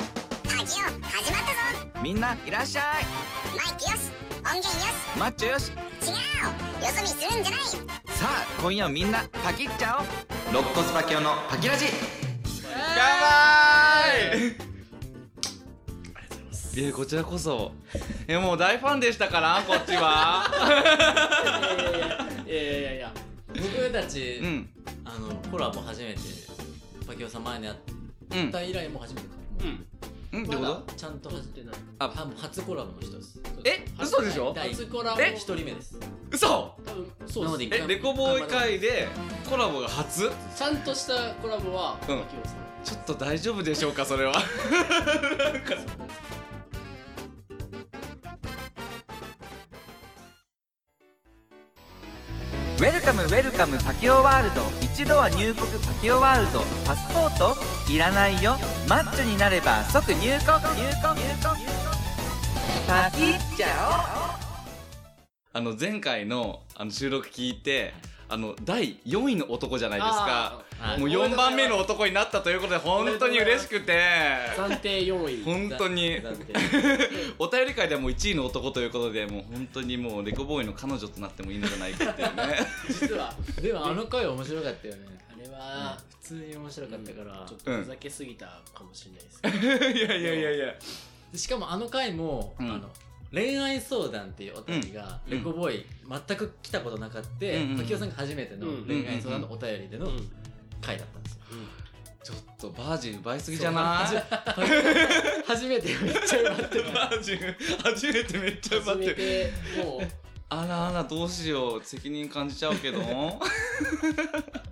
ジオ始まったぞみんないらっしゃいマイクよし音源よマッチョよしし違うよそ見するんじゃないさあ今夜もみんなパキっちゃおう肋骨パキオのパキラジ乾杯いやこちらこそいやもう大ファンでしたからこっちはいやいやいやいや僕たち、うんあのコラボ初めてパキオさん前に会うんった以来も初めてか、うんうんってこまとだちゃんと撮っ初てないあもう初コラボの人ですえ嘘でしょ第初コラボえ一人目です嘘多分そうなっのすでえ一回もレコボーイ会でコラボが初ちゃんとしたコラボはうん秋元さんちょっと大丈夫でしょうかそれは ウェルカムウェルカムパキオワールド一度は入国パキオワールドパスポートいらないよマッチョになれば即入国入国入国パキっちゃあの前回のあの収録聞いてあの第4位の男じゃないですかあーもう4番目の男になったということで本当に嬉しくて暫定4位本当にだってお便り会ではもう1位の男ということでもう本当にもうレコボーイの彼女となってもいいのじゃないかっていうね実はでもあの回面白かったよねあれは普通に面白かったから、ちょっとふざけすぎたかもしれないですけど いやいやいやいやでしかもあの回も、うんあの恋愛相談っていうお便りが、うんレコボーイ全く来たことなかった、うんうんパキオさんが初めてのうん恋愛相談のお便りでのうん回だったんですよ、ちょっとバージン奪いすぎじゃない初めてめっちゃ 笑ってたバージン初めてめっちゃ奪初っめてるてもうあらあらどうしよう責任感じちゃうけど い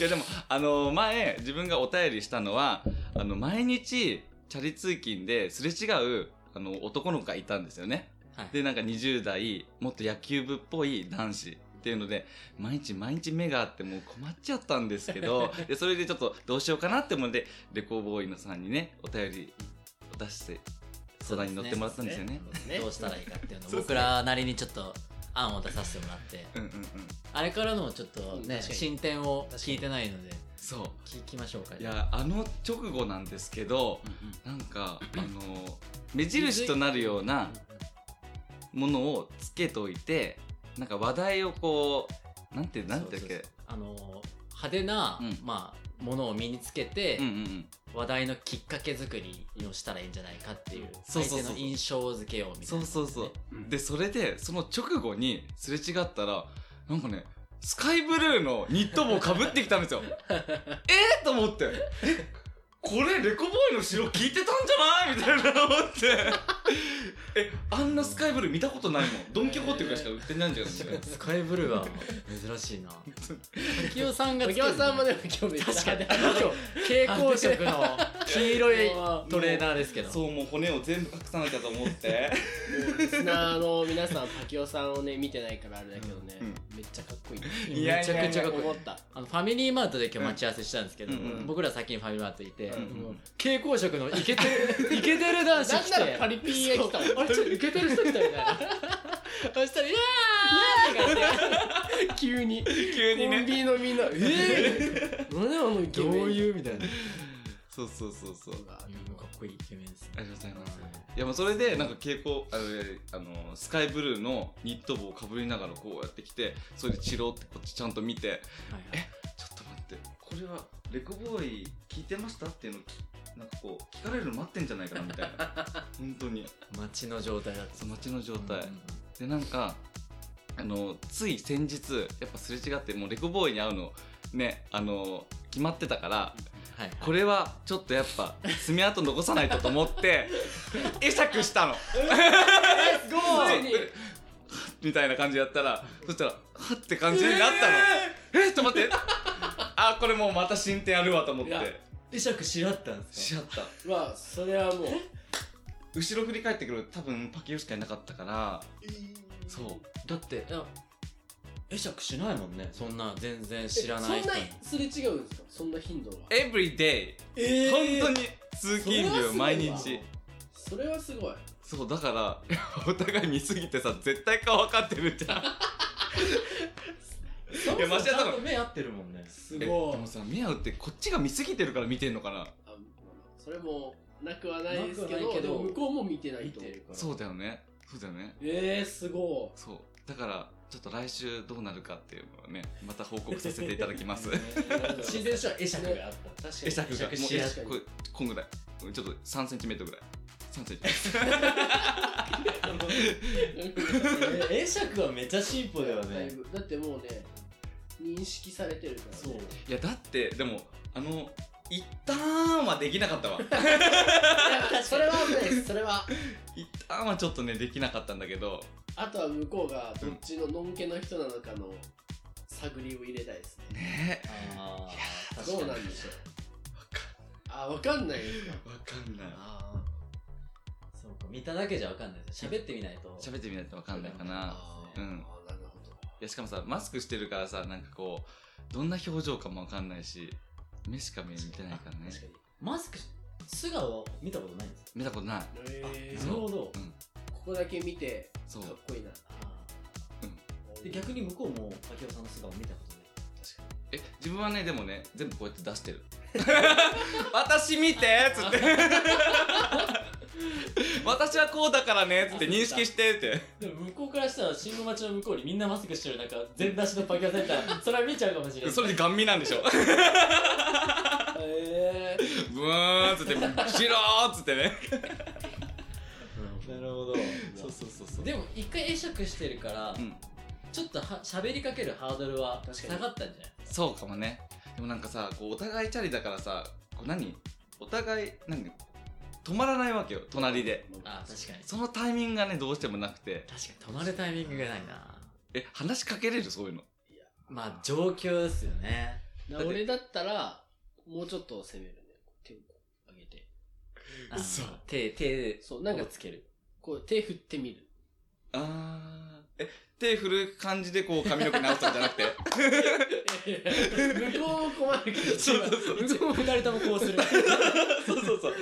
やでもあの前自分がお便りしたのはあの毎日チャリ通勤ですれ違うあの男の子がいたんですよねはいでなんか20代もっと野球部っぽい男子っていうので毎日毎日目があってもう困っちゃったんですけどでそれでちょっとどうしようかなって思うのでレコーボーイのさんにねお便りを出して相談に乗ってもらったんですよね。ねどうしたらいいかっていうのをそうです僕らなりにちょっと案を出させてもらってうんうんうん、あれからのちょっとうんね確かに進展を聞いてないのでそう聞きましょうかいやあの直後なんですけどなんかあの目印となるようなものをつけといてなんか話題をこうなんてなんていうっそうそうけそうあのー派手な、うんまあ、ものを身につけて、うんうんうん話題のきっかけ作りをしたらいいんじゃないかっていうそう相そうそう手の印象付けをみたいそなうそうそううんでそれでその直後にすれ違ったらなんかねスカイブルーのニット帽かぶってきたんです よえー、と思ってえこれレコボーイの城聞いてたんじゃないみたいな思ってえあんなスカイブルー見たことないもんドン・キホーテぐらいしか売ってないんじゃないですかスカイブルーは珍し いな秋夫さんが秋山さんもでも今日めっちゃ確 かに蛍蛍光 光色色のの黄色いもトレーナーですけ どそうもう骨を全部隠さなきゃと思ってうリスナーの皆さん滝尾さんをね見てないからあれだけどねうんめっちゃかっこいいいやめいちゃやくいちゃやかっこいい思ったあのファミリーマートで今日待ち合わせしたんですけど、うんうんうん僕ら先にファミリーマート行って、うんもう蛍光色のイケて るイケてる男子なん来なてらパリピが来たもんあれちょっとイケてる人みたい なそしたら「いや急 に急にコンねビニのみんな「えー、何であのイー!」ケメンいうみたいなそうそうそうそうかっこいいイケメンですありがとうございますいやもうそれでなんか蛍光あのえーあのスカイブルーのニット帽をかぶりながらこうやってきてそれでチロってこっちちゃんと見てはいえちょっと待ってこれはレコボーイ聞いてましたっていうのをきなんかこう聞かれるの待ってんじゃないかなみたいな 本当に街の状態だったその街の状態、うんでなんかあのつい先日やっぱすれ違ってもうレコボーイに会うのねあの決まってたからはいこれはちょっとやっぱ爪痕残さないとと思って会釈したのすごいみたいな感じでやったらそしたらはって感じになったのえー、ちょっと待ってあこれもうまた進展あるわと思っいてや会釈し合ったんですしちゃったまあそれはもう後ろ振り返ってくると多分パキヨしかいなかったからそうだっていや会釈しないもんねそんな全然知らないえそ人んなにすれ違うんですかそんな頻度は everyday え本当に通勤それはす量ごい毎わ日それはすごいそうだからお互い見すぎてさ絶対顔分かってるじゃんそもいやそもマシだったのちゃんと目合ってるもんねすえでごいもさ目合うってこっちが見すぎてるから見てんのかなあそれもなくはないですけなくはなどいけでども向こうも見てない見とてるからそうだよねそうだよねえー、すごそうだからちょっと来週どうなるかっていうのをねまた報告させていただきますい申請書は会釈があった確か会に釈がもう会会し合っ釈これこんぐらいちょっと3センチメートルぐらい3センチえー会釈はめっちゃ進歩だよだいねぶだってもうね認識されてるから、ね、そういやだってでもあの一旦はできなかった わいやそれは危ないですそれは一旦はちょっとねできなかったんだけどあとは向こうがどっちののんけの人なのかの探りを入れたいですねねあー確かどにうなんでしょうあ分かんないですかわかんないあそうか見ただけじゃわかんないです喋ってみないと喋ってみないとわかんないかーなあうーんなるほどいやしかもさマスクしてるからさなんかこうどんな表情かもわかんないし目しか見てないからね確かにマスク素顔を見たことないんです見たことないえなるー、ほどうんここだけ見てそかうっこいいなあーで逆に向こうも竹雄さんの素顔を見たことないえ自分はねでもね全部こうやって出してる 私見てっつって 私はこうだからねっつって認識してってでも向こうからしたら信号待ちの向こうにみんなマスクしてる中全出しのパキオさんいたら それは見ちゃうかもしれないそれでガン見なんでしょえブーンっつって白ーっつってねー、なるほどそうそうそうそうでも一回会釈してるから、うんちょっとは喋りかけるハードルは下がったんじゃないそうかもねでもなんかさこうお互いチャリだからさこう何お互い何止まらないわけよ隣であー確かにそのタイミングがねどうしてもなくて確かに止まるタイミングがないなえ話しかけれるそういうのまあ状況ですよねだだって俺だったらもうちょっと攻めるね手をこう上げてあの嘘手 手そうなんかをつけるこう手振ってみ るあーえ手振る感じでこう髪の毛直したんじゃなくて向こうも困るけどそうそうそう向こうも二人ともこうするそうそうそう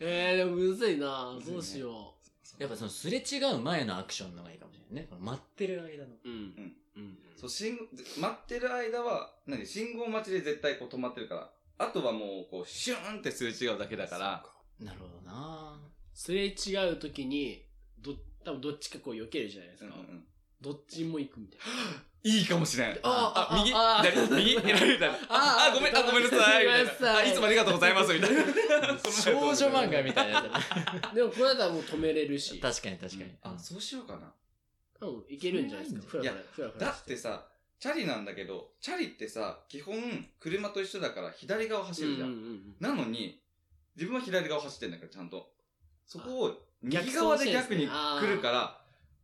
えー、でもむずいなむずいねどうしよやっぱそのすれ違う前のアクションの方がいいかもしれないねこの待ってる間のううんうんうん そう信待ってる間は何信号待ちで絶対こう止まってるからあとはもうこうシューンってすれ違うだけだからなるほどなすれ違う時にど多分どっちかこう避けるじゃないですうんか、うんどっちも行くみ たいいいかもしれんああ右あ左右左右左 あ、ごめん、あ、ごめんなさい。みたいなあ、いつもありがとうございます。みたい な。少女漫画みたいなな でもこれだったらもう止めれるし確かに確かに、あ、そうしようかな。多分いけるんじゃないですかふそられふならいんだふらふらだってさ、チャリなんだけど、チャリってさ、基本、車と一緒だから左側走るじゃうんん。うんうんなのに、自分は左側走ってんだから、ちゃんと。そこを、逆右側で走して逆んですねに来るから、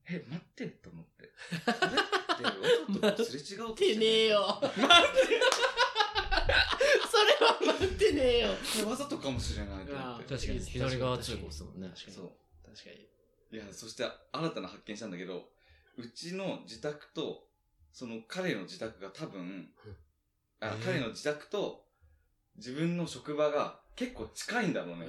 え、待ってと思って。それって、わざとすれ違うと 待ってねえよ待 ってそれは待ってねえよこれわざとかもしれないと思っあて。確かに左側通行ですもんね確かにそう。確かにいや、そして新たな発見したんだけど、うちの自宅と、その彼の自宅が多分、あえー彼の自宅と自分の職場が結構近いんだろうね。へ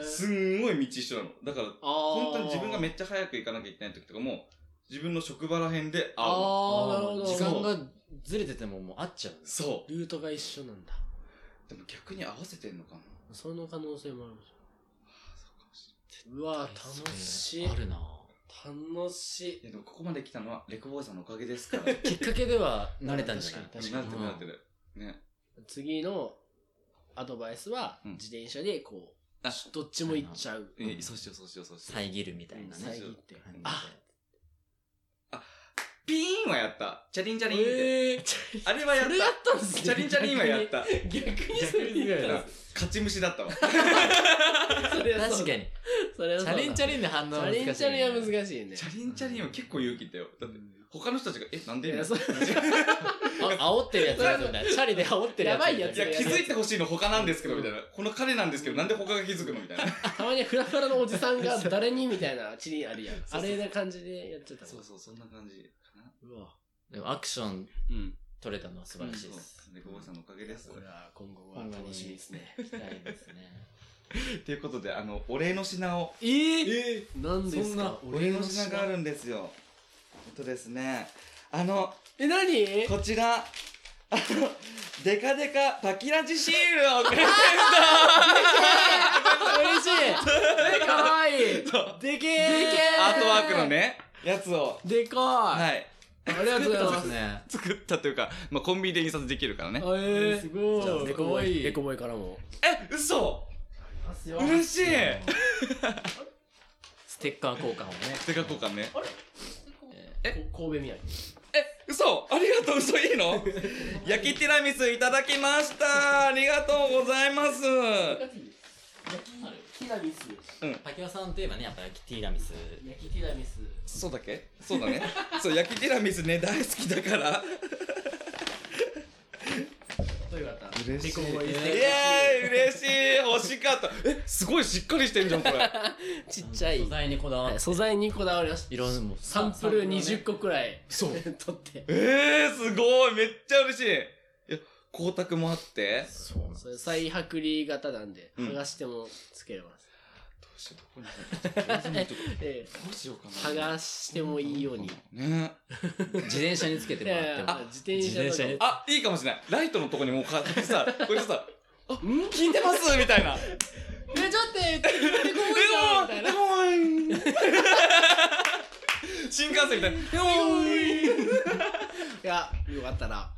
えすんごい道一緒なの。だから、ああ本当に自分がめっちゃ早く行かなきゃいけない時とかも、自分の職場ら辺で会うの。ああなるほど時間がずれててももう合っちゃうねそルートが一緒なんだう。でも逆に合わせてんのかな。その可能性もあるそうかもしうわ楽しいあるな楽しれいないいや、でもここまで来たのはレコボーイさんのおかげです から。きっかけでは慣れたんじゃない確なってるなってる。ね。次のアドバイスはうん自転車でこう、あどっちも行っちゃう、えそうしよう、そうしよう、そうしよう。遮るみたいな遮ねってあピーンはやった。チャリンチャリンって。ええあれはやっそれやったんすた。チねャリンチャリンはやった。逆にそれで逆やにっ勝ち虫だったわ。たそれはそ確うかだにそれはチそうだャリンチャリンで反応は難しいチャリンチャリンは難しいねチャリンチャリンは結構勇気だよ。だって、他の人たちが、え、なんでいやそうあ煽ってるやつなんだチャリで煽ってるやつやばいやついや、気づいてほしいの他なんですけど、みたいな。この彼なんですけど、なんで他が気づくのみたいな。たまにフラフラのおじさんが誰にみたいなチリンあるやんあれな感じでやっちゃったもんそう、そんな感じかな。うわでもアクションうん取れたのは素晴らしいそうです。猫坊さんのおかげですこ。れは今後は今後に楽しみですね期待ですねということで、あの、お礼の品を。えー、えなんですそかんなお礼の品があるんですよ。本当ですね。あの、え何こちら、あの、 デカデカパキラジシールをプレゼント嬉し いでけーでけえとアートワークのねやつをでかい、はいありがとうございます ね作ったというか、まあ、コンビニで印刷できるからねえすーごいデかコボわイいデいコボイからもえ嘘ますよ嬉しいステッカー交換をねせっかくかねえ神戸土産え嘘ありがとう嘘いいの焼きティラミスいただきましたありがとうございます焼きティラミス竹雄さんといえばねやっぱりティーラミス焼きティラミスそうだっけそうだねそう焼きティラミスね大好きだからどうよかった嬉デコボイスいやー嬉しい欲しかったえすごいしっかりしてんじゃんこれちっちゃい素材にこだわって素材にこだわりましたいろんなもうサンプル20個くらいそう 取ってえー、すごいめっちゃ嬉しいいや光沢もあってそうなんですそれ再剥離型なんでうん剥がしてもつけれます、どうしようどこにどでうしようか剥がしてもいいようになね自転車につけていもらっやいてやも自転車と自か転あいいかもしれないライトのとこにもう買ってさこれさあ聞いてますみたいなえちょっとえデコボイさんみた いなでも新幹線みたいなでもいやよかったら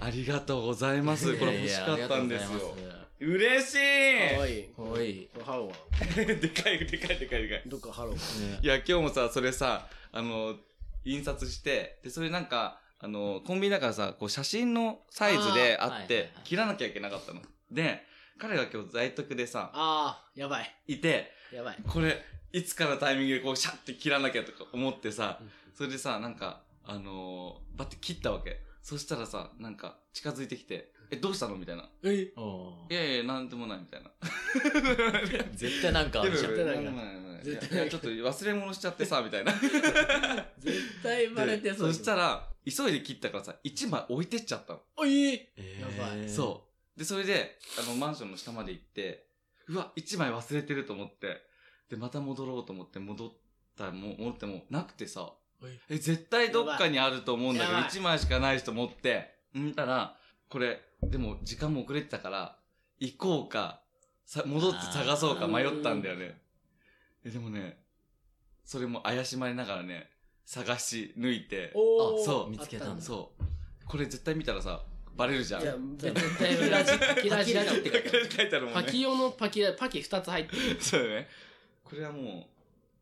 ありがとうございますこれ欲しかったんですよ嬉しいかわいいかわいいこれハロー はでかいでかいでかいでかいどっかハローいや、今日もさ、それさ、あの、印刷して、で、それなんか、あの、コンビニだからさ、こう写真のサイズであーあっはいはいてはい、切らなきゃいけなかったの。で、彼が今日在宅でさ、ああやばいいて、やばいこれ、いつからタイミングでこうシャッて切らなきゃとか思ってさ、それでさ、なんか、あのー、バッて切ったわけ。そしたらさ、なんか、近づいてきて、え、どうしたのみたいな。えおいやいや、なんでもない、み たいな。ー絶対なんかあでるもじゃん対ないからんでもんでもない絶対いないやちょっと忘れ物しちゃってさ、み たいな。絶対バレてでそそうしたらら急いで切ったからさ1枚置いてっちゃったの、おいえやばーそうでそれであのマンションの下まで行ってうわ1枚忘れてると思ってでまた戻ろうと思って戻ったも戻ってもなくてさはいえ絶対どっかにあると思うんだけどやばい1枚しかないと思ってうんたらこれでも時間も遅れてたから行こうかさ戻って探そうか迷ったんだよねえでもねそれも怪しまれながらね探し抜いておあーそう見つけたんだそう。これ絶対見たらさ、バレるじゃん。いや書絶対バレないキラキラパっキて書 いてあるいてあるもんパね。キ用のパキだパキ2つ入ってるそうだね。これはも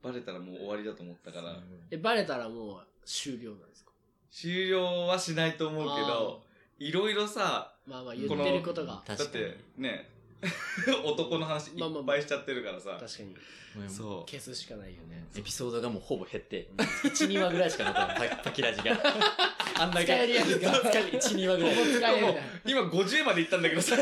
う、バレたらもう終わりだと思ったから、えバレたらもう終了なんですか終了はしないと思うけど、いろいろさ、まあまあ言ってることが確かだにってね、 男の話いまあまあっぱいしちゃってるからさ。確かにもうそ消すしかないよねエピソードがもうほぼ減って12話ぐらいしか残ら ないパキラジがあんだ使えるけやつが12話ぐらい使えるみたいなう。今50まで行ったんだけど さ、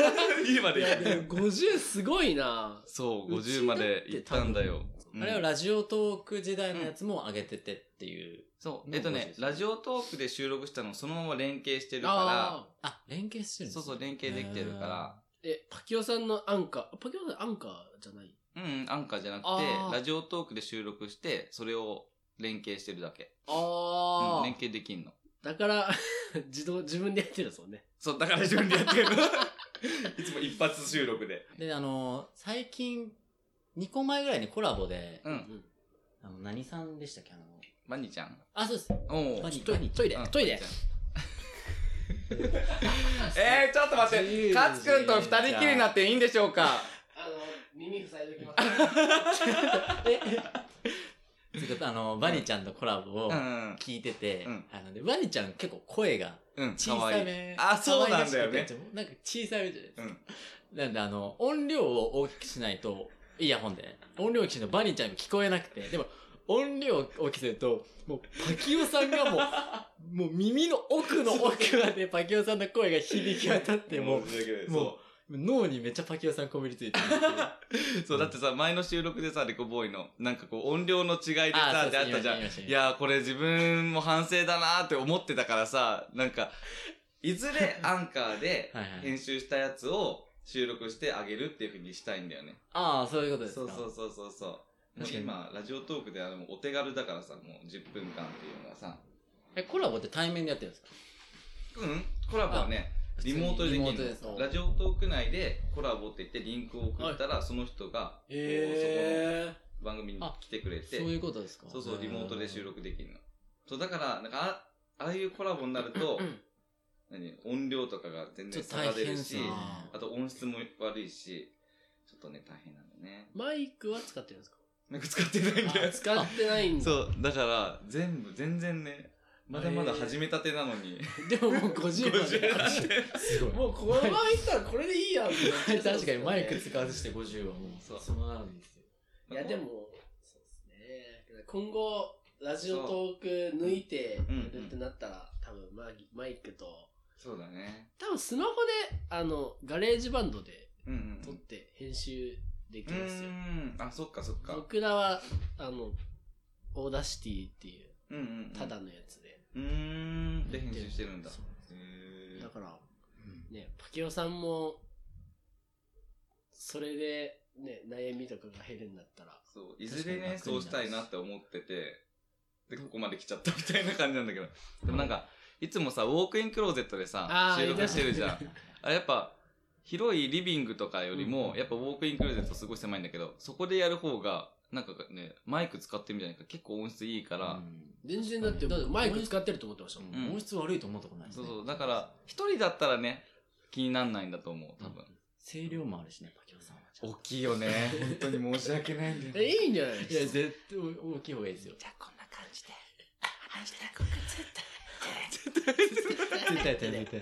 家まで行っいやて。でも50すごいなそう、50まで行ったんだよ。うんあれはラジオトーク時代のやつも上げててっていうそう、ねえっと50ねで、すラジオトークで収録したのそのまま連携してるから、あああ連携してるんですそうねそう、連携できてるから。えパキオさんのアンカーパキオさんアンカーじゃないうん、アンカーじゃなくてあ、ーラジオトークで収録して、それを連携してるだけ。あうん、あ、連携できんの。だから 自動自分でやってるんですもんねそう、だから自分でやってるの。 いつも一発収録で。で、あのー最近、2個前ぐらいにコラボで、う、うんあの、何さんでしたっけあの、マニちゃん。あ、そうです。おおマう。ニ、トマイレニ。トイレうんトイレ。 えー、ちょっと待っ自て、由カツくんと二人きりになっていいんでしょうかあの耳塞いでおき ます ちょっとあの、バニちゃんとコラボをうん、聞いてて、うんあの、で、バニちゃん結構声がうん、か小わさいい。め。あそうなんだよね可愛らしくてなんか小さめじゃないですか。うんなんで、あの、音量を大きくしないと、イヤホンで。音量を大きくしないとバニちゃんにも聞こえなくて、でも、音量を大きくすると、もう、パキオさんがもう、もう耳の奥の奥までパキオさんの声が響き渡って、もう、申し訳ないも脳にめっちゃパキオさんこびりついてるっていう。そう、そう、だってさ、前の収録でさ、レコボーイの、なんかこう、音量の違いであさ、ーであったじゃんそう。そういやーこれ自分も反省だなーって思ってたからさ、なんか、いずれアンカーではいはい編集したやつを収録してあげるっていうふうにしたいんだよね。ああ、そういうことですか。そうそうそうそうそう。もう確かに今、ラジオトークであのお手軽だからさ、もう10分間っていうのはさ。え、コラボって対面でやってるんですかうんコラボはね、普通リにモートでできリモートでるすの。ラジオトーク内でコラボって言ってリンクを送ったら、その人が、え番組に来てくれて、そういうことですかそうそう、リモートで収録できるの。そう、だから、なんかあ、ああいうコラボになると、何音量とかが全ち然ょっと差が大出変るですしね、あと音質も悪いし、ちょっとね、大変なんだね。マイクは使ってるんですかなんか使ってないんだよ。使ってないんだ。そう、だから、全部、全然ね、まだまだ始めたてなのに、でももう50まですごいもうこのままいったらこれでいいやんってなっちゃい確 そうですかよにねマイク使わずして50はもうそうそのなのですよいやでも、そうですね。今後、ラジオトーク抜いてやるってなったら、多分マギマイクと、そうだね。多分スマホで、あの、ガレージバンドでうん撮って編集できうん。うますよ。ーん。あ、そっかそっか。僕らは、あの、オーダーシティっていうんうんうん。う、ただのやつで。うーん。で編集してるんだ。そうへーだから、ね、パキオさんも、それで、ね、悩みとかが減るんだったら、そう。いずれね、確かに楽になるそうしたいなって思ってて、で、ここまで来ちゃったみたいな感じなんだけど。でもなんか、いつもさ、ウォークインクローゼットでさあ、ー収録してるじゃん。 あ、やっぱ、広いリビングとかよりも、やっぱウォークインクローゼットすごい狭いんだけど、そこでやる方が、なんかね、マイク使ってみたいな結構音質いいから、全然だって、だってマイク使ってると思ってましたもん。ん音質悪いと思ったことないですそうねそう。だから、一人だったらね、気になんないんだと思う、多分。声量もあるしねパキオさんはちゃんと大きいよね。本当に申し訳ないんだよえ、いいんじゃないいや絶対大きい方がいいですよじゃあこんな感じで絶対絶対絶対だ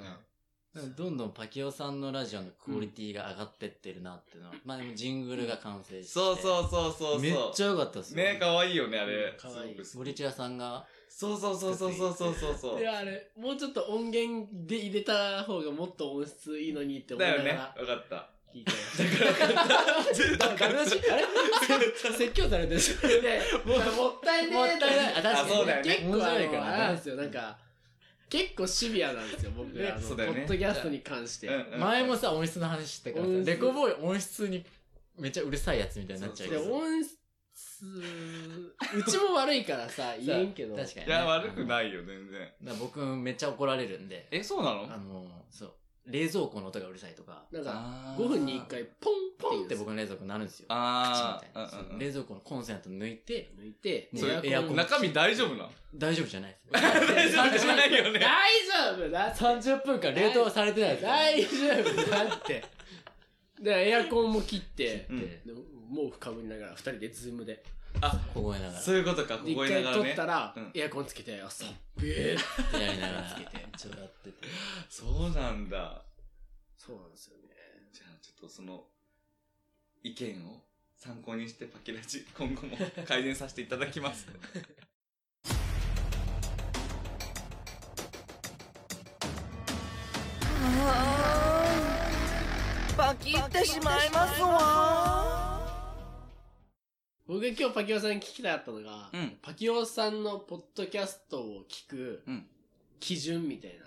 から、どんどんパキオさんのラジオのクオリティが上がってってるなっていうのは、まあでもジングルが完成し て。そうそうそうそうそう。めっちゃ良かったっすよね、可愛いよね、あうれん。可愛いすごゴく好リきチュアさんが、そうそうそうそうそうそうそうそ。いうや、あれ、もうちょっと音源で入れた方がもっと音質いいのにって思いだなよがね。らわかった。聞いてだダメ出しあれせ説教されてるし。ました。でもったいねえもったいない。あ、確かあに。そうだよね結構面あ白いかの、あれなんらですよ、なんか、結構シビアなんですよ、僕ねら。あのそポうだよねッドキャストに関して。うんうん前もさ、音質の話してたからさ音、質レコボーイ音質にめっちゃうるさいやつみたいになっちゃうけで、ど。音質、うちも悪いからさ、言えんけど。確かに、いや、悪くい。ないよ、全然。だから僕めっちゃ怒られるんで、え、そうなのあの、そう、冷蔵庫の音がうるさいとか、なんか、あー5分に1回、ポンポポンンっってて僕僕の冷蔵庫鳴るんですよ。あ口みたいあ、なそううんうんう冷ん蔵庫のコンセント抜いて、抜いて、ねもうそれエアコン中身大丈夫な大丈夫じゃないです。 大丈夫じゃないよね。大丈夫だって30分間冷凍はされてないです。大丈夫だ って。で、エアコンも切って、うんででもう深ぶりながら、二人でズームで。凍えながそういうことか、で、一覚え回ながら撮っねた。らうん、エアコンつけて、あ、さっべーってら、やりな がらつけて。ちょっとやってて。そうなんだ。そうなんですよね。じゃあ、ちょっとその、意見を参考にして、パキラジ、 今後も改善させていただきます。パキってしまいますわ僕が今日パキオさんに聞きたかったのが、 うんパキオさんのポッドキャストを聞くうん基準みたいな。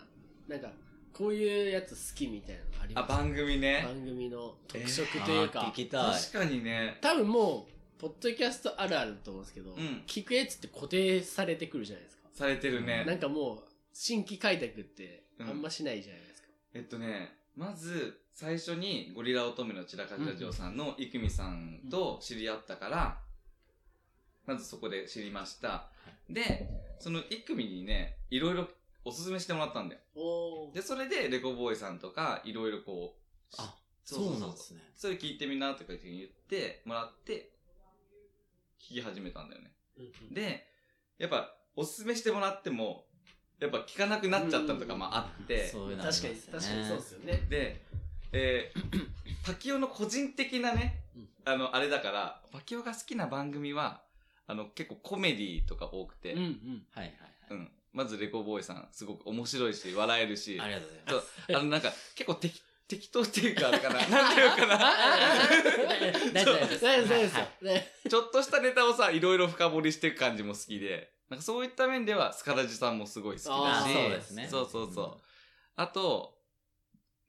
なんか、こういうやつ好きみたいなのありあ、ます番組ね。番組の特色というあーか聞、きたい。確かにね。多分もう、ポッドキャストあるあるだと思うんですけど、うん聞くやつって固定されてくるじゃないですか。されてるね。なんかもう、新規開拓って、あうんんましないじゃないですか。えっとね、まず、最初にゴリラ乙女の散らかしラジオさんのイクミさんと知り合ったから、まずそこで知りました。で、そのイクミにね、いろいろおすすめしてもらったんだよ。おで、それでレコボーイさんとか、いろいろこう、あそうそうそう、そうなんですね。それ聞いてみなとかって言ってもらって、聞き始めたんだよね。で、やっぱ、おすすめしてもらっても、やっぱ聞かなくなっちゃったのとかもあって、 そういうのあります確かよに、ね確かにそうですよね。で、えー、 パキオの個人的なね、あの、あれだから、パキオが好きな番組は、あの、結構コメディとか多くて、うんうん。はいはいうん。まずレコボーイさん、すごく面白いし、笑えるし、はい。あありがとうございます。の、なんか、結構適、適当っていうか、だから、なんて いうかな、 大丈夫です。大丈夫です、大丈はい夫です。ねちょっとしたネタをさ、いろいろ深掘りしていく感じも好きで、なんかそういった面では、スカラジさんもすごい好きだあし、ーそうですねそうそうそううんあと、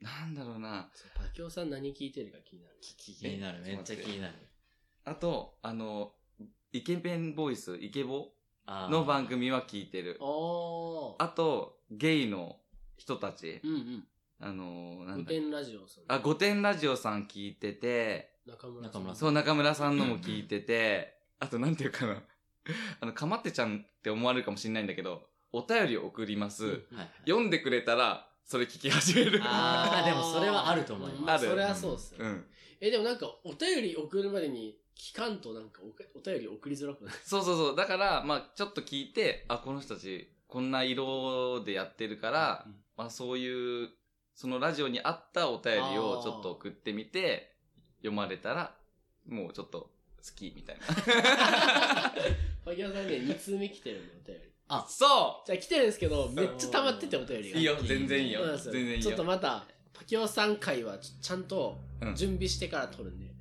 なんだろうな、そうパキオさん何聞いてるか気になる。気になる、めっちゃ気になる。あと、あの、イケメンボイス、イケボあーの番。組は聞いてる。おー。あと、ゲイの人たちう、んあのー、う。なんん御だ殿ラジオさん。あ、御殿ラジオさん聞いてて、中村中村さそう、中村さんのも聞いてて、あとなんていうかな。 あの、かまってちゃんって思われるかもしれないんだけど、お便り送ります。ん。はい。読んでくれたら、それ聞き始める。あーでもそれはあると思いますまああるそれはそうっすよ、うん。えでもなんかお便り送るまでに期間となんかおかお便り送りづらくないそうそうそう。だから、まあちょっと聞いて、あ、この人たち、こんな色でやってるから、まあそういう、そのラジオに合ったお便りをちょっと送ってみて、読まれたら、もうちょっと好きみたいな。 ファギアさんね2通目来てるんでお便りそじゃあ来てるんですけどめっちゃ溜まっててお便りうがいいよ、全然いいよそうなん。です全然いいよ。ちょっとまたパキオさん会はちちゃんとうん準備してから撮るんで、わ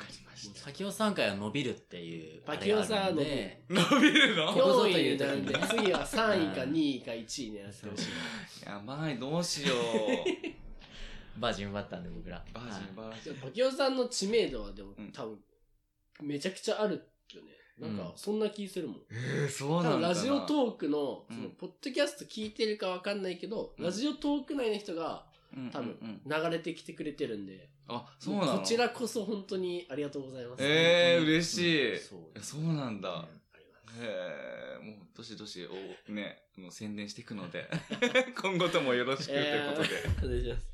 かりました。パキオさん回は伸びるっていう。パキオさんは伸びるね。 伸びるのここぞと4い位う時なんにで次は3位か2位か1位狙ってほしいやばい、どう しよう。バージン奪ったんで、僕ら。バージン、バージでもパキオさんの知名度はでもうん多分めちゃくちゃあるよねなんかうそんな気するもん、ン。えー、そう多な分んだな。ラジオトークのうんそのポッドキャスト聞いてるかわかんないけど、うんラジオトーク内の人がうんうんうん多分流れてきてくれてるんで、あ、そうなのこちらこそ本当にありがとうございますえー、嬉しい。そういやそうなんだ。ありがとうございますへえ、もう、どしどし、お、ね、もう宣伝していくので、 今後ともよろしくということで。お願いします。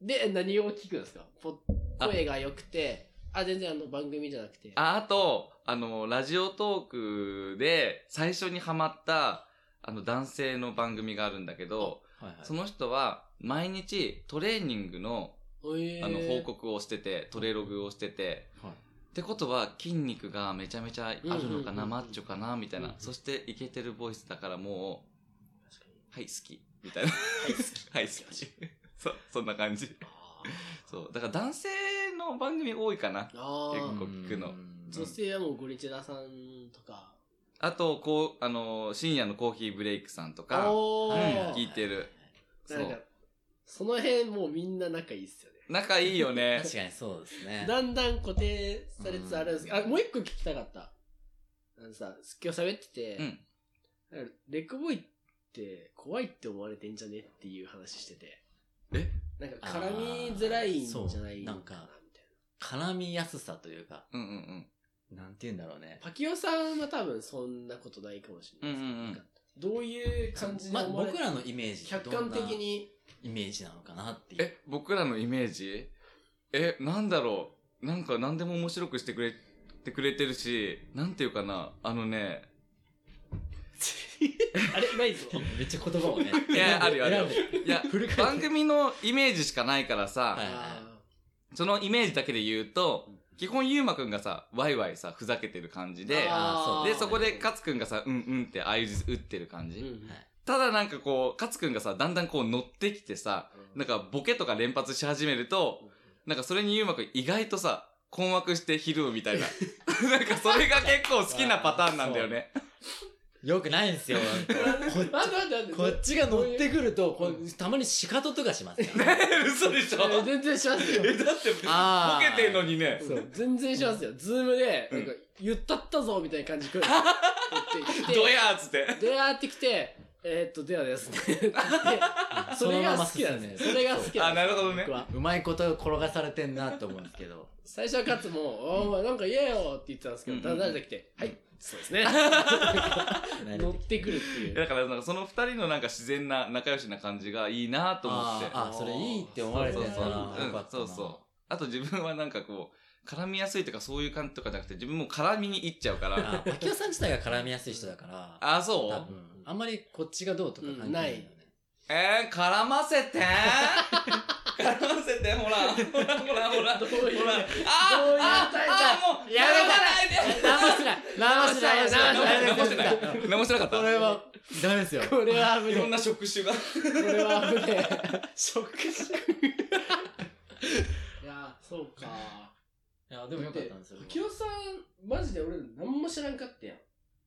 で、何を聞くんですかポあ声が良くて、あ、全然あの番組じゃなくて。あ、あと、あの、ラジオトークで最初にハマった、あの、男性の番組があるんだけど、はいはいその人は、毎日トレーニングの、えーあの、報。告をしてて、トレログをしてて、はいってことは、筋肉がめちゃめちゃあるのかな、うんうんうんうんマッチョかな、みたいうんなう。んそして、イケてるボイスだからも確かにう、はい、好き。みたいな。はい、好き。 はい、好き。そう、そんな感じ。あそう。だから男性の番組多いかな。ー結構あ聞くのうんー。女性はもうゴリチェダさんとか。あと、こう、あのー深夜のコーヒーブレイクさんとか、おうん聞いーてる。そなんかう。、その辺もうみんな仲いいっすよね。仲いいよね。確かにそうですね。だんだん固定されつつあるんですけど、あ、もう一個聞きたかった。あのさ、今日喋ってて、うんなんかレックボーイって怖いって思われてんじゃねっていう話してて。えなんか絡みづらいんじゃなあーいそうなんか絡みやすさというか、うんうんなんて言うんだろうね。パキオさんは多分そんなことないかもしれないです、うんうんうんなんかどういう感じでまあ思われ僕らのイメージ、客観的にイメージなのかなっていうん。う。え、僕らのイメージえ、なんだろう。なんか何でも面白くしてくれてくれてるし、なんていうかな。あのね、あれないぞめっちゃ言葉をね。 いやあるよあるよ選ぶい や、フル回番組のイメージしかないからさ、はいそのイメージだけで言うと、基本ゆうまくんがさ、ワイワイさ、ふざけてる感じで、あーで、そこで、か勝くんがさ、うんうんって相槌打ってる感じ。うんはいただなんかこう、勝くんがさ、だんだんこう乗ってきてさ、なんかボケとか連発し始めると、なんかそれにゆうまくん意外とさ、困惑してひるむみたいな。 なんかそれが結構好きなパターンなんだよね。よくないんですよ。 こっちこっちが乗ってくると、こううたまに仕方とか しますからね。嘘でしょえ全然しますよえ、だって、あボーケてんのにね。そう全然しますよズームでうなんんか言ったったぞみたいな感じ来るドヤーっつって。でやってきてえー、っとではですねって言ってそれが好きなんですよそれが好きなんですよあなるほどね僕はうまいこと転がされてんなと思うんですけど。最初は勝も「お前なんか言えよ」って言ってたんですけど、うんだんだん出てきて「はいそうですね」乗ってくるっていうだからなんかその二人のなんか自然な仲良しな感じがいいなと思って。あーあー、それいいって思われてそうるそうかそうら、うよんかったそなうそう。あと自分はなんかこう、絡みやすいとかそういう感じとかじゃなくて、自分も絡みに行っちゃうから。あーパキオさん自体が絡みやすい人だから、あ、そ多う分、あんまりこっちがどうとか関係ないよね。えー、絡ませ て絡ませて、ほら、ほら、ほら、ほら、どうほいうら、あー、どういうあー、あー、もう、やめ絡なまさないで生しない生しない直生してしなないい直してなかったこれは、ダメで すよ。これは危いろんねな職種が。え。これは危ねえ。ショックいやー、そうか。いや、でもよかったんですよ。きよさん、マジで俺、何も知らんかったやん。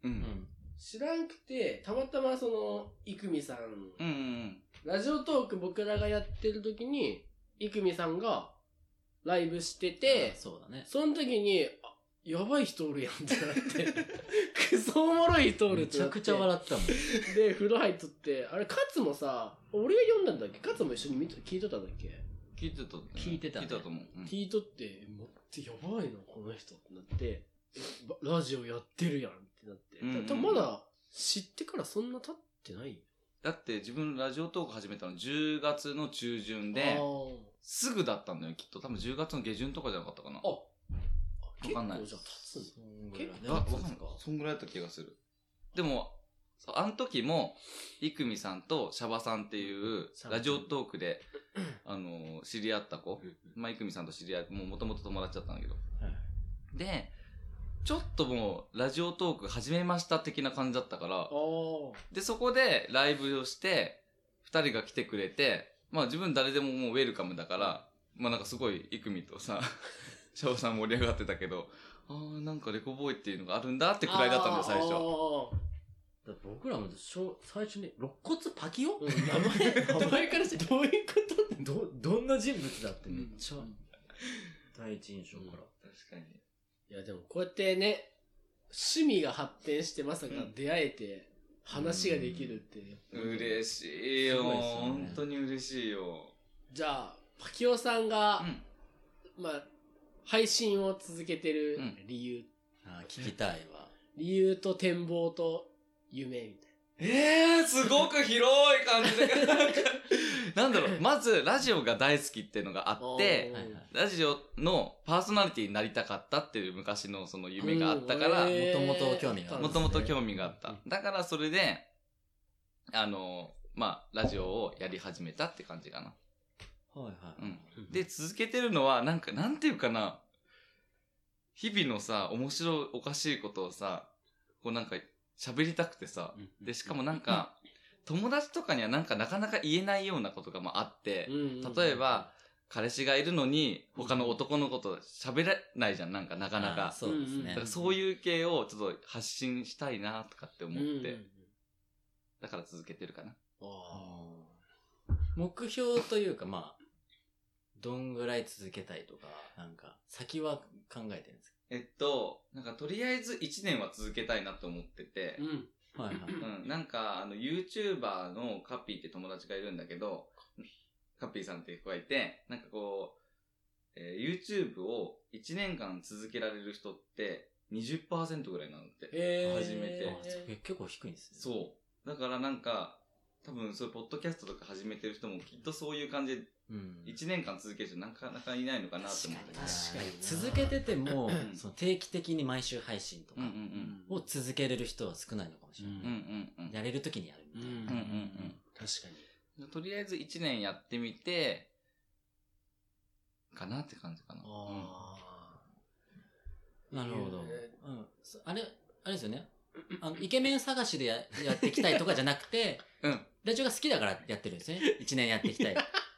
う。うんん。知らんくて、たまたまその、いくみさん、うんうん。ラジオトーク僕らがやってる時に、いくみさんがライブしてて、あそうだね。その時に、あやばい人おるやんってなって、 クソおもろい人おるっめてちなゃって。くちゃ笑ってたもん。で、風呂入っとって、あれ、カツもさ、俺が読んだんだっけカツも一緒に見と聞いとったんだっけ聞いてたってね聞いてたね聞いたと思う。うん聞いとって、もってやばいな、この人ってなって、えばラジオやってるやんってなって。うんうんうんでもまだ知ってからそんな経ってないだって自分ラジオトーク始めたの10月の中旬であ、ーすぐだったんだよ、きっと。多分10月の下旬とかじゃなかったかな。あわかんない結構じゃあ経つ結あわかんない。そんぐらいだった気がする。でも、そうあの時も、イクミさんとシャバさんっていう、ラジオトークで、あの、知り合った子。まあ、イクミさんと知り合い、もう元々友達だったんだけど。で、ちょっともう、ラジオトーク始めました的な感じだったから、のあで、そこでライブをして、二人が来てくれて、まあ自分誰でももうウェルカムだから、まあなんかすごい、イクミとさ、 シャオさん盛り上がってたけど、あーなんかレコボーイっていうのがあるんだってくらいだったんだよ、最初。僕らも小最初に、肋骨パキオーうん名前、名 前からしてどういうことど、どんな人物だってめっちゃうん、第一印象から。確かに。いやでもこうやってね、趣味が発展してまさか出会えて話ができるって、嬉しいよすごいですよね本当に嬉しいよ。じゃあ、パキオさんが、うん。まあ、配信を続けてるうん理由、あー聞きたいわ。理由と展望と夢みたいえー、すごく広い感じで。 なんかなんだろう、まずラジオが大好きっていうのがあな。って、おーはいはいラジオのパーソナリティになりたかったっていう昔のその夢があったから、うん元々興味があるもともと興味があっうたん。だからそれで、あの、まあ、ラジオをやり始めたって感じかな。はいはい。うんで、続けてるのは、なんか、なんていうかな、日々のさ、面白い、おかしいことをさ、こうなんか、喋りたくてさ、で、しかもなんか、友達とかにはなんかなかなか言えないようなことがまああって、例えば、彼氏がいるのに、他の男の子と喋れないじゃん、なんかなかなあーか。そうですうんだねか。らそういう系をちょっと発信したいなとかって思って、だから続けてるかな。目標というか、まあ、どんぐらい続けたいとか、なんか、先は考えてるんですえっと、なんかとりあえず1年は続けたいなと思ってて、かはいはい。うん、なんか、あの、YouTuber のカッピーって友達がいるんだけど、カッピーさんっていう子がいて、なんかこう、えー YouTube を1年間続けられる人って20%ぐらいなんだって。初めてあそうえ結構低いんですね。そう。だからなんか、多分そういうポッドキャストとか始めてる人もきっとそういう感じでう。うん。 1年間続ける人なかなかいないのかなって思って。確かにな続けててもう、んその定期的に毎週配信とかうんうんうん。を続けれる人は少ないのかもしれない。うんうんうん。やれる時にやるみたいな。うんうんうん確かに。うん。とりあえず1年やってみて、かなって感じかな。あなるほど。えうん。そあれ、あれですよね。あの、イケメン探しでや やっていきたいとかじゃなくて、うんラジオが好きだからやってるんですね。一年やってい きたい。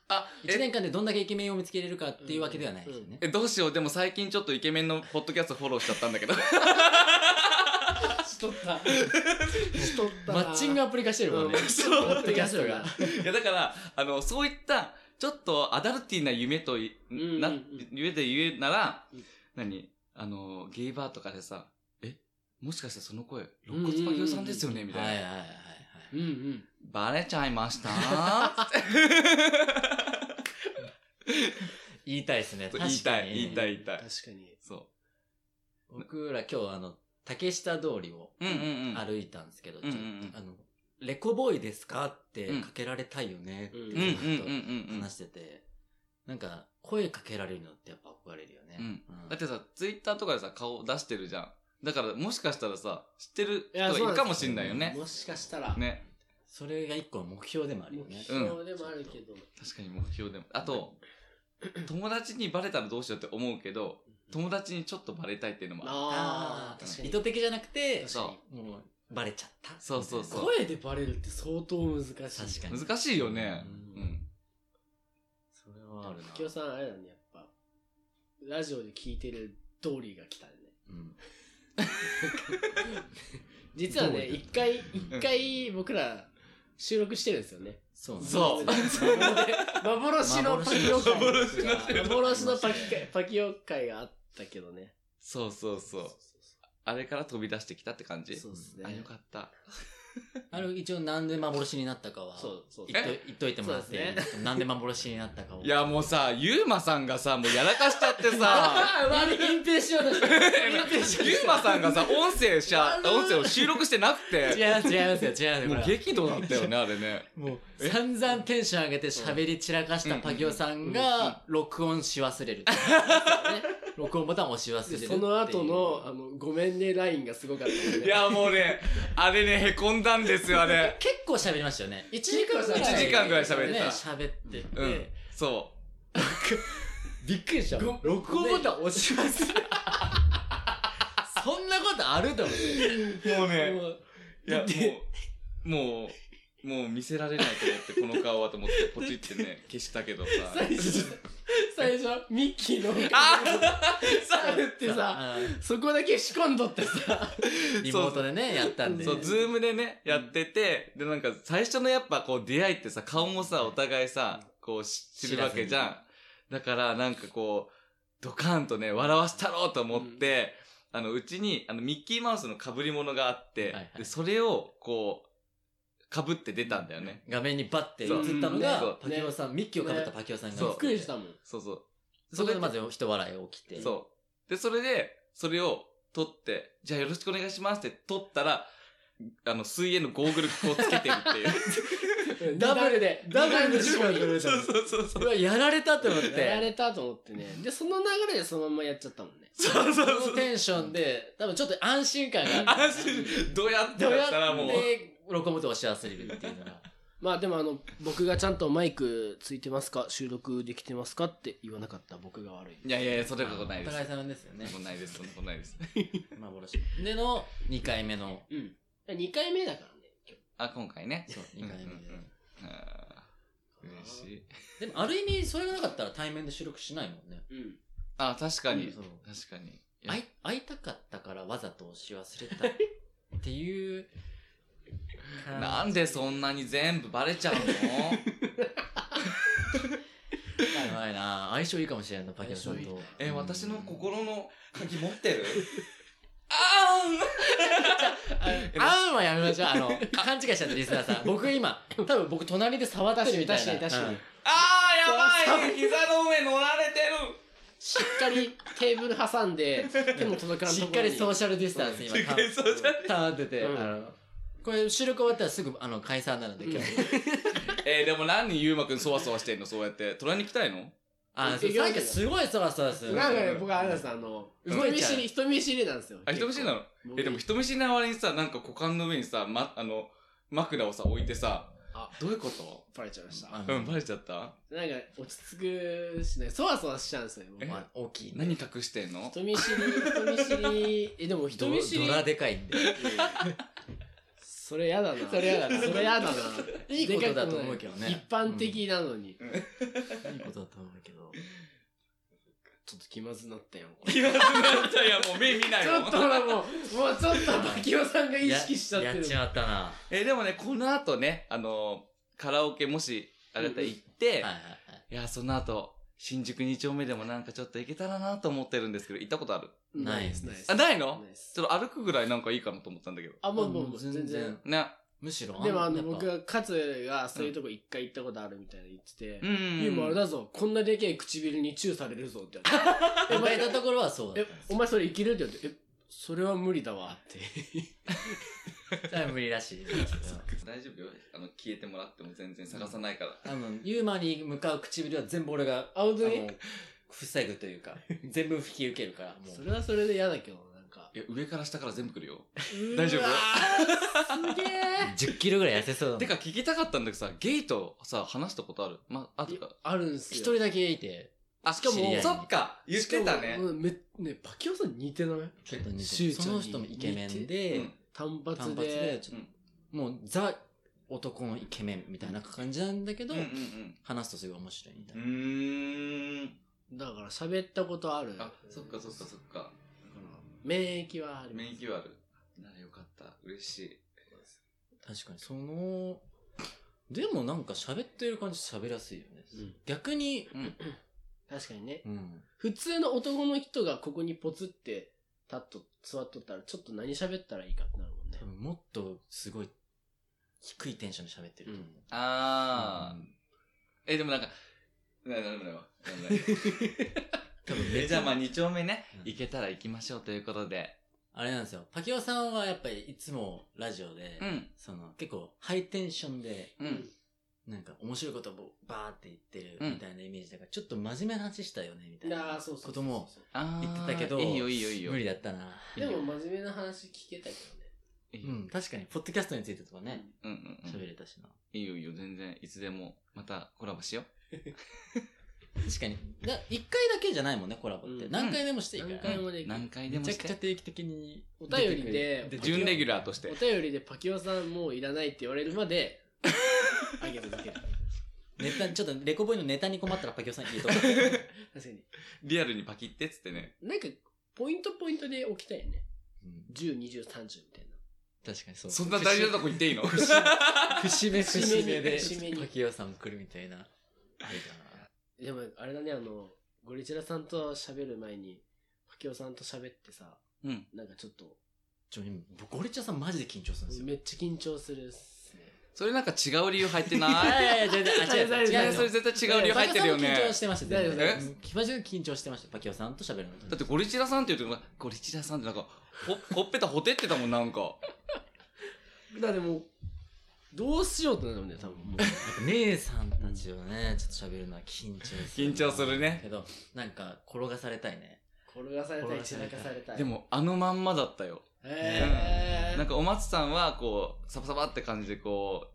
あ、一年間でどんだけイケメンを見つけれるかっていうわけではないですよね。え、どうしよう。でも最近ちょっとイケメンのポッドキャストフォローしちゃったんだけど。うあ。し とった。しとったな。マッチングアプリ化してるもんね。うんポッドキャストが。いや、だから、あの、そういった、ちょっとアダルティーな夢とい、んうんうんな、夢で言うならうん、何あの、ゲイバーとかでさ、えもしかしてその声、肋骨パキオさんですよねみたいな。はいはいはいはい。うんうん。バレちゃいましたって言いたいですね。言いたい、確かに言いたい、言いた確い。かに。そ僕ら今日あの、竹下通りをう。うんうんうん。歩いたんですけど、ちょっとうんうんうんあの、レコボーイですかってうんかけられたいよねってううんんうんずっとうんうん。話してて、なんか声かけられるのってやっぱ憧れるよね。うんうんだってさ、ツイッターとかでさ、顔出してるじゃん。だから、もしかしたらさ、知ってる人やがいそうるなんですよかもしんないよね。もしかしたら。ね。それが一個の目標でもあるよね目。標でもあるけど。確かに目標でも。あと、友達にバレたらどうしようって思うけど、友達にちょっとバレたいっていうのもああーあ、確か意に。図的じゃなくてる。、そもうバレちゃった。そうそうそう声でバレるって相当難しい。確かにう。難しいよね。ううん。それはあるな。きよさん、あれだね、やっぱ。ラジオで聞いてるドーリーが来たね。うん実はドーね、リー一回、一回僕ら収録してるんですよね。そうそう幻のパキオ会。幻のパキオ会幻のパキ会パキオ会があったけどね。そうそうそう。あれから飛び出してきたって感じそうですあ、よね。かった。 あの、一応なんで幻になったかは、そうそう言っと言っといてもらっそうて、なんで幻になったかを。いやもうさゆうまさんがさもうやらかしちゃって さ隠蔽しようとしてゆうまさんがさ音声しゃ音声を収録してなくて違います、違いますよ、違いもうますよ、激怒だったよねあれねこれは。もう、散々テンション上げて喋り散らかしたパギオさんが、録音し忘れるっていうね。録音ボタンを押し忘れるってでいう。その後の、あの、ごめんねラインがすごかったよね。いやもうねあれねへこんだんですよあれ結構喋りましたよね。1時間ぐらい。 1時間ぐらい喋ったね喋ってて。うんそびっくりした。ご録音ボタン押し忘れる。そんなことあると思って。うもうねもういや、もう、もう、もう見せられないと思って、この顔はと思って、ポチってね、消したけどさ。最初、最初、ミッキーの顔が映ってさ、あそこだけ仕込んどってさ、ーリモートでね、やったんで。そう、ズームでね、やってて、で、なんか、最初のやっぱこう、出会いってさ、顔もさ、お互いさ、こう、し知るわけじゃん。だから、なんかこう、ドカーンとね、笑わしたろうと思って、あの、うちに、あの、ミッキーマウスの被り物があって、はいはいで、それを、こう、被って出たんだよね。画面にバッて映ったのそうがね、パキオさん、ミッキーをかぶったパキオさんが。びっくりしたもん。そうそう。そこでまず一笑い起きて。そう。で、それで、それを取って、じゃあよろしくお願いしますって取ったら、あの、水泳のゴーグルこうつけてるっていう。 ダブルで、ダブルで仕込んでそうそうそうそうう。わ、やられたと思っやらて。れたと思ってね。で、その流れでそのままやっちゃったもんね。そうそうそそのう。テンションで、多分ちょっと安心感がある。安心、どうやってどうややっったらもう。て、録音ボタン押し忘れるっていうのが。まあでもあの、僕がちゃんとマイクついてますか収録できてますかって言わなかった僕が悪い。いやいやいや、 そんなことないおです。互い様ですよねそ。んなことないです。そんなことないです。 幻。での、2回目の、うん。2回目だからね。あ、今回ね。そう、うん2回目でうんうんあー嬉しい。でも、ある意味、それがなかったら対面で収録しないもんね。うん。あ、確かに。そう確かに。いや会い会いたかったからわざと押し忘れたっていうなんでそんなに全部バレちゃうのやばいな相性いいかもしれないなパキオさん相性いいとえ、私の心 の鍵持ってるあんはやめましょうあの勘違いしちゃったリスナーさん僕今多分僕隣で触ってるみたいな確かに確かにうんあーやばい膝の上乗られてるしっかりテーブル挟んで、 手の届かんところに。しっかりソーシャルディスタンス今しっかりソーシャたまってて、うんあのこれ収録終わったらすぐあの解散なので今日、えー、でも何人ゆうまくんそわそわしてんのそうやって隣に来たいのあのそうさっきすごいそわそわするなんかね、僕はあれなんですよあの、動人い見ちゃう知り、人見知りなんですよ。あ人見知りなのえでも人見知りな割にさなんか股間の上にさ、ま、あの枕をさ置いてさあどういうことバレちゃいました。あうのんバレちゃったなんか、落ち着くしね、そわそわしちゃうんですよね、僕はまあ大きいね何隠してんの人見知り、人見知り、え、でも人ド見知りド、ラでかいんで それやだな。それやだなそれやだな。いいことだと思うけど一ね般的なのに。いいことだと思うけ どちょっと気まずなったよ。 気まずくなったいやもう目見ないちもょんっとほらもう、もうちょっとバキオさんが意識しちゃってややるっ。ちまったな。はえでもねこの後ねあのカラオケもしあれだったら行って、いはいいはい。やその後新宿2丁目でもなんかちょっと行けたらなと思ってるんですけど行ったことあるないですないあないのないですちょっと歩くぐらいなんかいいかなと思ったんだけど。あ、もうもうもう全全然然。ね。むしろでもあの、やっぱ僕は、カツがそういうとこ一回行ったことあるみたいな言っててう、ん。ユーもあれだぞ、こんなでけえ唇にチューされるぞって言われて。呼ばれたところはそうだえっ、お前それいけるって言われて、え、それは無理だわって。た。それは無理らしい。大丈夫よ。あの、消えてもらっても全然探さないから。あの、ユーマに向かう唇は全部俺が、あ、本あ当にの、塞ぐというか、全部引き受けるから、も。そうれはそれで嫌だけど、なんか。いや、上から下から全部来るよ。大丈夫すげえ10キロぐらい痩せそうだもんてか、聞きたかったんだけどさ、ゲイとさ、話したことあるま、あとか。あるんすよ。一人だけいて、あ、しかもそっか、言ってたしねか。もうんめ、ね、パキオさん似てないちょっと似シュてウちゃんそにの人もイケメンで、うん単発で。単発で、ちょっうんと、もう、ザ、男のイケメンみたいな感じなんだけど、うんうん話すとすごい面白いみたいうん。うな。ーん。だから喋ったことある。あ、そっかそっかそっか。だから免疫はある。免疫はある。ならよかった。嬉しい。確かに、その、でもなんか喋ってる感じ喋りやすいよね。うん逆に、確かにね。うん。普通の男の人がここにポツって立っと、座っとったら、ちょっと何喋ったらいいかってなるもんね多。分もっとすごい低いテンションで喋ってると思う。あー。え、でもなんか、な、な、な、な、 な、多分え、じゃあまあ2丁目ねうん、行けたら行きましょうということで。あれなんですよ。パキオさんはやっぱりいつもラジオで、うん。その結構ハイテンションで、うん。なんか面白いことをバーって言ってるうんみたいなイメージだから、ちょっと真面目な話したよね、みたいあなあ、そうそうそう。こともあ言ってたけど、いいよいいよいいよ。無理だったな。でも真面目な話聞けたけどね。いいうよ。ん、確かに、ポッドキャストについてとかね、うんうんうん。喋れたしな。いいよいいよ、全然、いつでも、またコラボしよ確かに。だ一回だけじゃないもんね、コラボって。うん何回でもしていいから。何う。回もでうきんる何回でめもちゃしくちゃて。定期的に。お便りで、で、準レギュラーとしおて。便りでパキオさんもういらないって言われるまで、あげ続ける。ネタ、ちょっとレコボーイのネタに困ったらパキオさん言うと。確かに。リアルにパキってっつってね。なんか、ポイントポイントで置きたいよね。うん10、20、30みたいな。確かにそう。そんな大事なとこ行 っていいの節目節目で節目にパキオさん来るみたいな。あれでも、あれだね、あの、ゴリチラさんと喋る前に、パキオさんと喋ってさ、うん。なんかちょっと、だな。僕ゴリチャさんマジで緊張するんですよ。めっちゃ緊張するっすね。それなんか違う理由入ってない いやいや、全然、あ、違う、いやい違やう。それ絶対違う理由入ってるよパキオさんも緊ね張。してました、全然え。キバジュ緊張してました、パキオさんと喋るの。だってゴリチラさんって言うと、ゴリチラさんってなんか、ほ、ほっぺたほてってたもん、なんか。だからもう、どうしようってなるんだよ、多分もう。姉さんたちをね、ちょっと喋るのは緊張する。緊張するねけど、なんか、転がされたいね。転がされたい、転が散されらたかいされたい。で、も、あのまんまだったよ。えー、なんか、お松さんは、こう、サバサバって感じで、こう、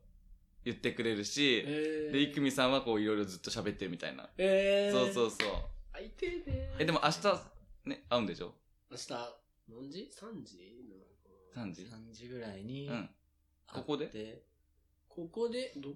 言ってくれるし、えー、で、いくみさんは、こう、いろいろずっと喋ってるみたいな。えー、。そうそううそう。相手で。え、でも明日、ね、会うんでしょ明日、何時 ?3 時なのかな ?3 時3時ぐらいにう、ん。ここででここで、ど、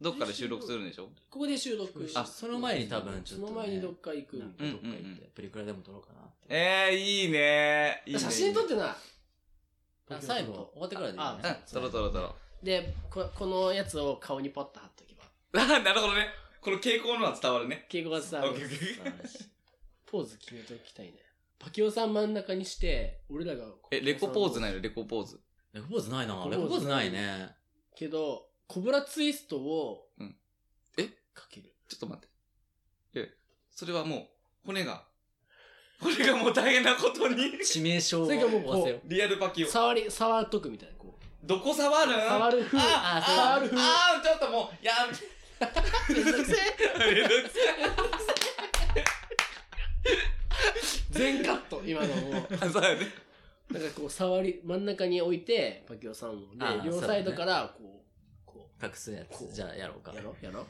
どっかで収録するんでしょここで収録。あその前に多分ちょっとねその前にどっか行くなんかどっかうんう行んっうて、プリクラでも撮ろうかなって。えー、いいねいいね写真撮ってない。あ最後、終わってからでいいようんね。、撮ろう 撮ろう撮ろう。で、ここのやつを顔にパッと貼っとけば。あなるほどね。この傾向のは伝わるね。敬語が伝わオッケーオッケるー。ポーズ決めておきたいね。パキオさん真ん中にして、俺らが。え、レコポーズないいのレコポーズ。レコポーズないな。レレココポポーーズズなないいね。けど、コブラツイストを、うんえかける。ちょっと待って。え、それはもう、骨が、骨がもう大変なことに。致命傷をそれかもうこう忘れよう。リアルパキを。触り、触っとくみたいな、こう。どこ触るん触る風。あ触る風。あーちょっともう、やめ。めんどくせえ。めんどくせ全カット、今のもう。なんえ。あ、 そうやね。かこう、触り、真ん中に置いて、パキオさんを。であ、ー両サイドから、こう、こ隠すやこうつ。じゃあやろうかう、。やろやろ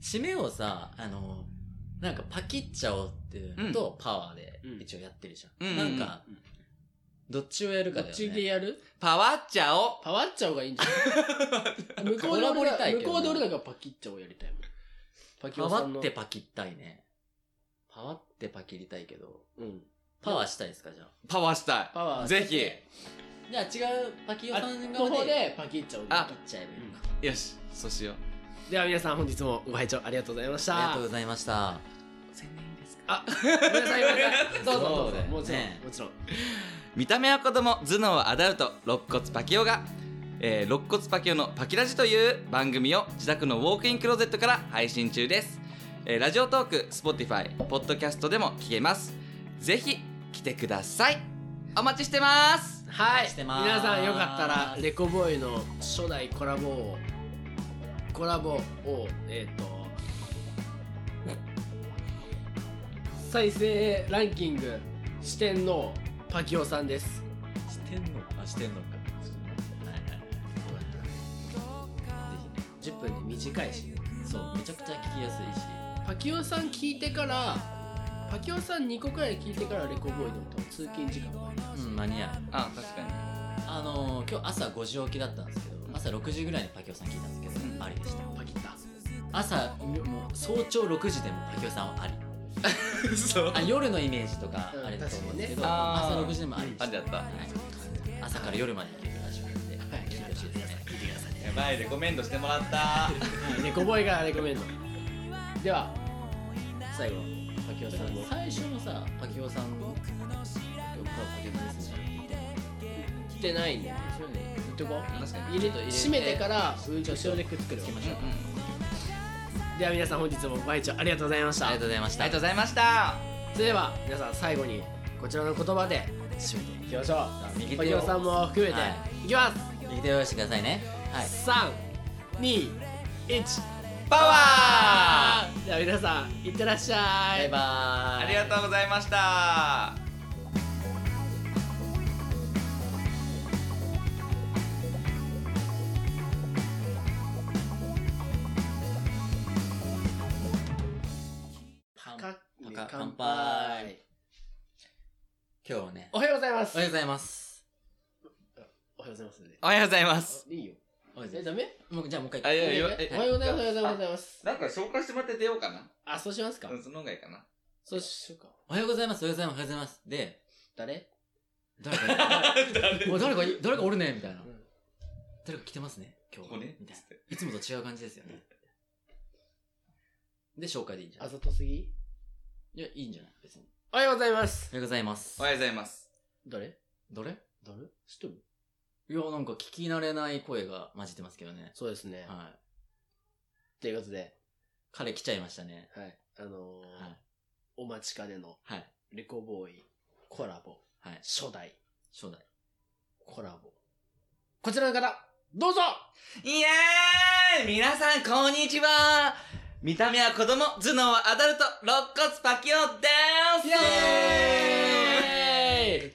締めをさ、あの、なんかパキっちゃおうっていうのとパワーでうん一応やってるじゃ。うんんなんかうん、どっちをやるかだどっよちでね。やるパワっちゃお。パワっちゃおうがいいんじ ゃない向こコうでラボり俺らたい向けどなこうで俺らがパキっちゃおうやりたいもん。パキパオワさんっの。てパキったいね。パワってパキりたいけど、うん。パワーしたいですかじゃあ。パワーしたパワーい。ぜじゃあ違うパキオあさんの側方ででパキっちゃおう。パあキっちゃえばいいのか。ひ。よし、そうしよう。では皆さん本日もご拝聴ありがとうございました。ありがとうございました。ごめんなさい、ごめんなさい。どうぞ、どそううぞだ。よねもちろん、もちろん。見た目は子供頭脳はアダルト肋骨パキオが、えー、肋骨パキオのパキラジという番組を自宅のウォークインクローゼットから配信中です、えーラジオトーク Spotify ポッドキャストでも聞けますぜひ来てくださいお待ちしてますはいしてます皆さんよかったらレコボーイの初代コラボをコラボをえっ、と再生ランキング四天王パキオさんですしてんのあ、してんのか。はいはい。 10分で短いしそう、めちゃくちゃ聞きやすいし。パキオさん聞いてからパキオさん2個くらい聞いてからレコボーイの多分通勤時間がうん、間に合う。あ確かにあのー今日朝5時起きだったんですけど朝6時ぐらいにパキオさん聞いたんですけど、ありでしたパキった朝もう早朝6時でもパキオさんはありあ夜のイメージとかうんあれだと思うんですけど、確かにね朝6時でもありでしたありだったはい朝から夜まで聞けるラジオなんで、聞いてほしいですねやばいレコメンドしてもら ったレコボーイがレコメンドでは最後パキオさんの最初のさパキオさんのパキオさんですねってないね言っとこう確か入れと閉めてからうんちょ後ろでくっつけるつけましょうでは皆さん本日もご拝聴ありがとうございましたありがとうございましあたりがとうございましたそれでは皆さん最後にこちらの言葉で締めていきましょう右堀手尾をさんも含めて、、はいきま右手を用意してくださいねはいす、321パワーでは皆さんいってらっしゃいバイバーイありがとうございました。乾か乾乾杯杯今日はねおはようございますおはようございますおはようございますねおはようございます。いいよおはようござえいまダメすもうじゃあもう一あい回やいやええおはようございますおはようございますなんか紹介してもらって出ようかなあそうしますかうんその方がいい かなそうしようかおはようございますおはようございますおはようございますで誰誰 かお誰か誰かおるねみたいなうん誰か来てますね今日ここねみたいないつもと違う感じですよねで紹介でいいんじゃなあいざとすぎいやいいんじゃない別におはようございますおはようございますおはようございます誰どれ誰知ってるいやなんか聞き慣れない声が混じってますけどねそうですねはいということで彼来ちゃいましたねはいあのーはいお待ちかねのはいレコボーイコラボはい初代初代コラボこちらの方どうぞイエーイ皆さん、こんにちは見た目は子供、頭脳はアダルト、肋骨パキオですエーイ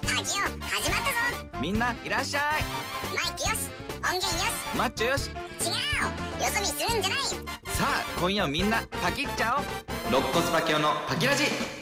パキオ始まったぞみんな、いらっしゃいマイクよし音源よマッチョよしし違うよそ見するんじゃないさあ、今夜もみんな、パキっちゃおう肋骨パキオのパキラジ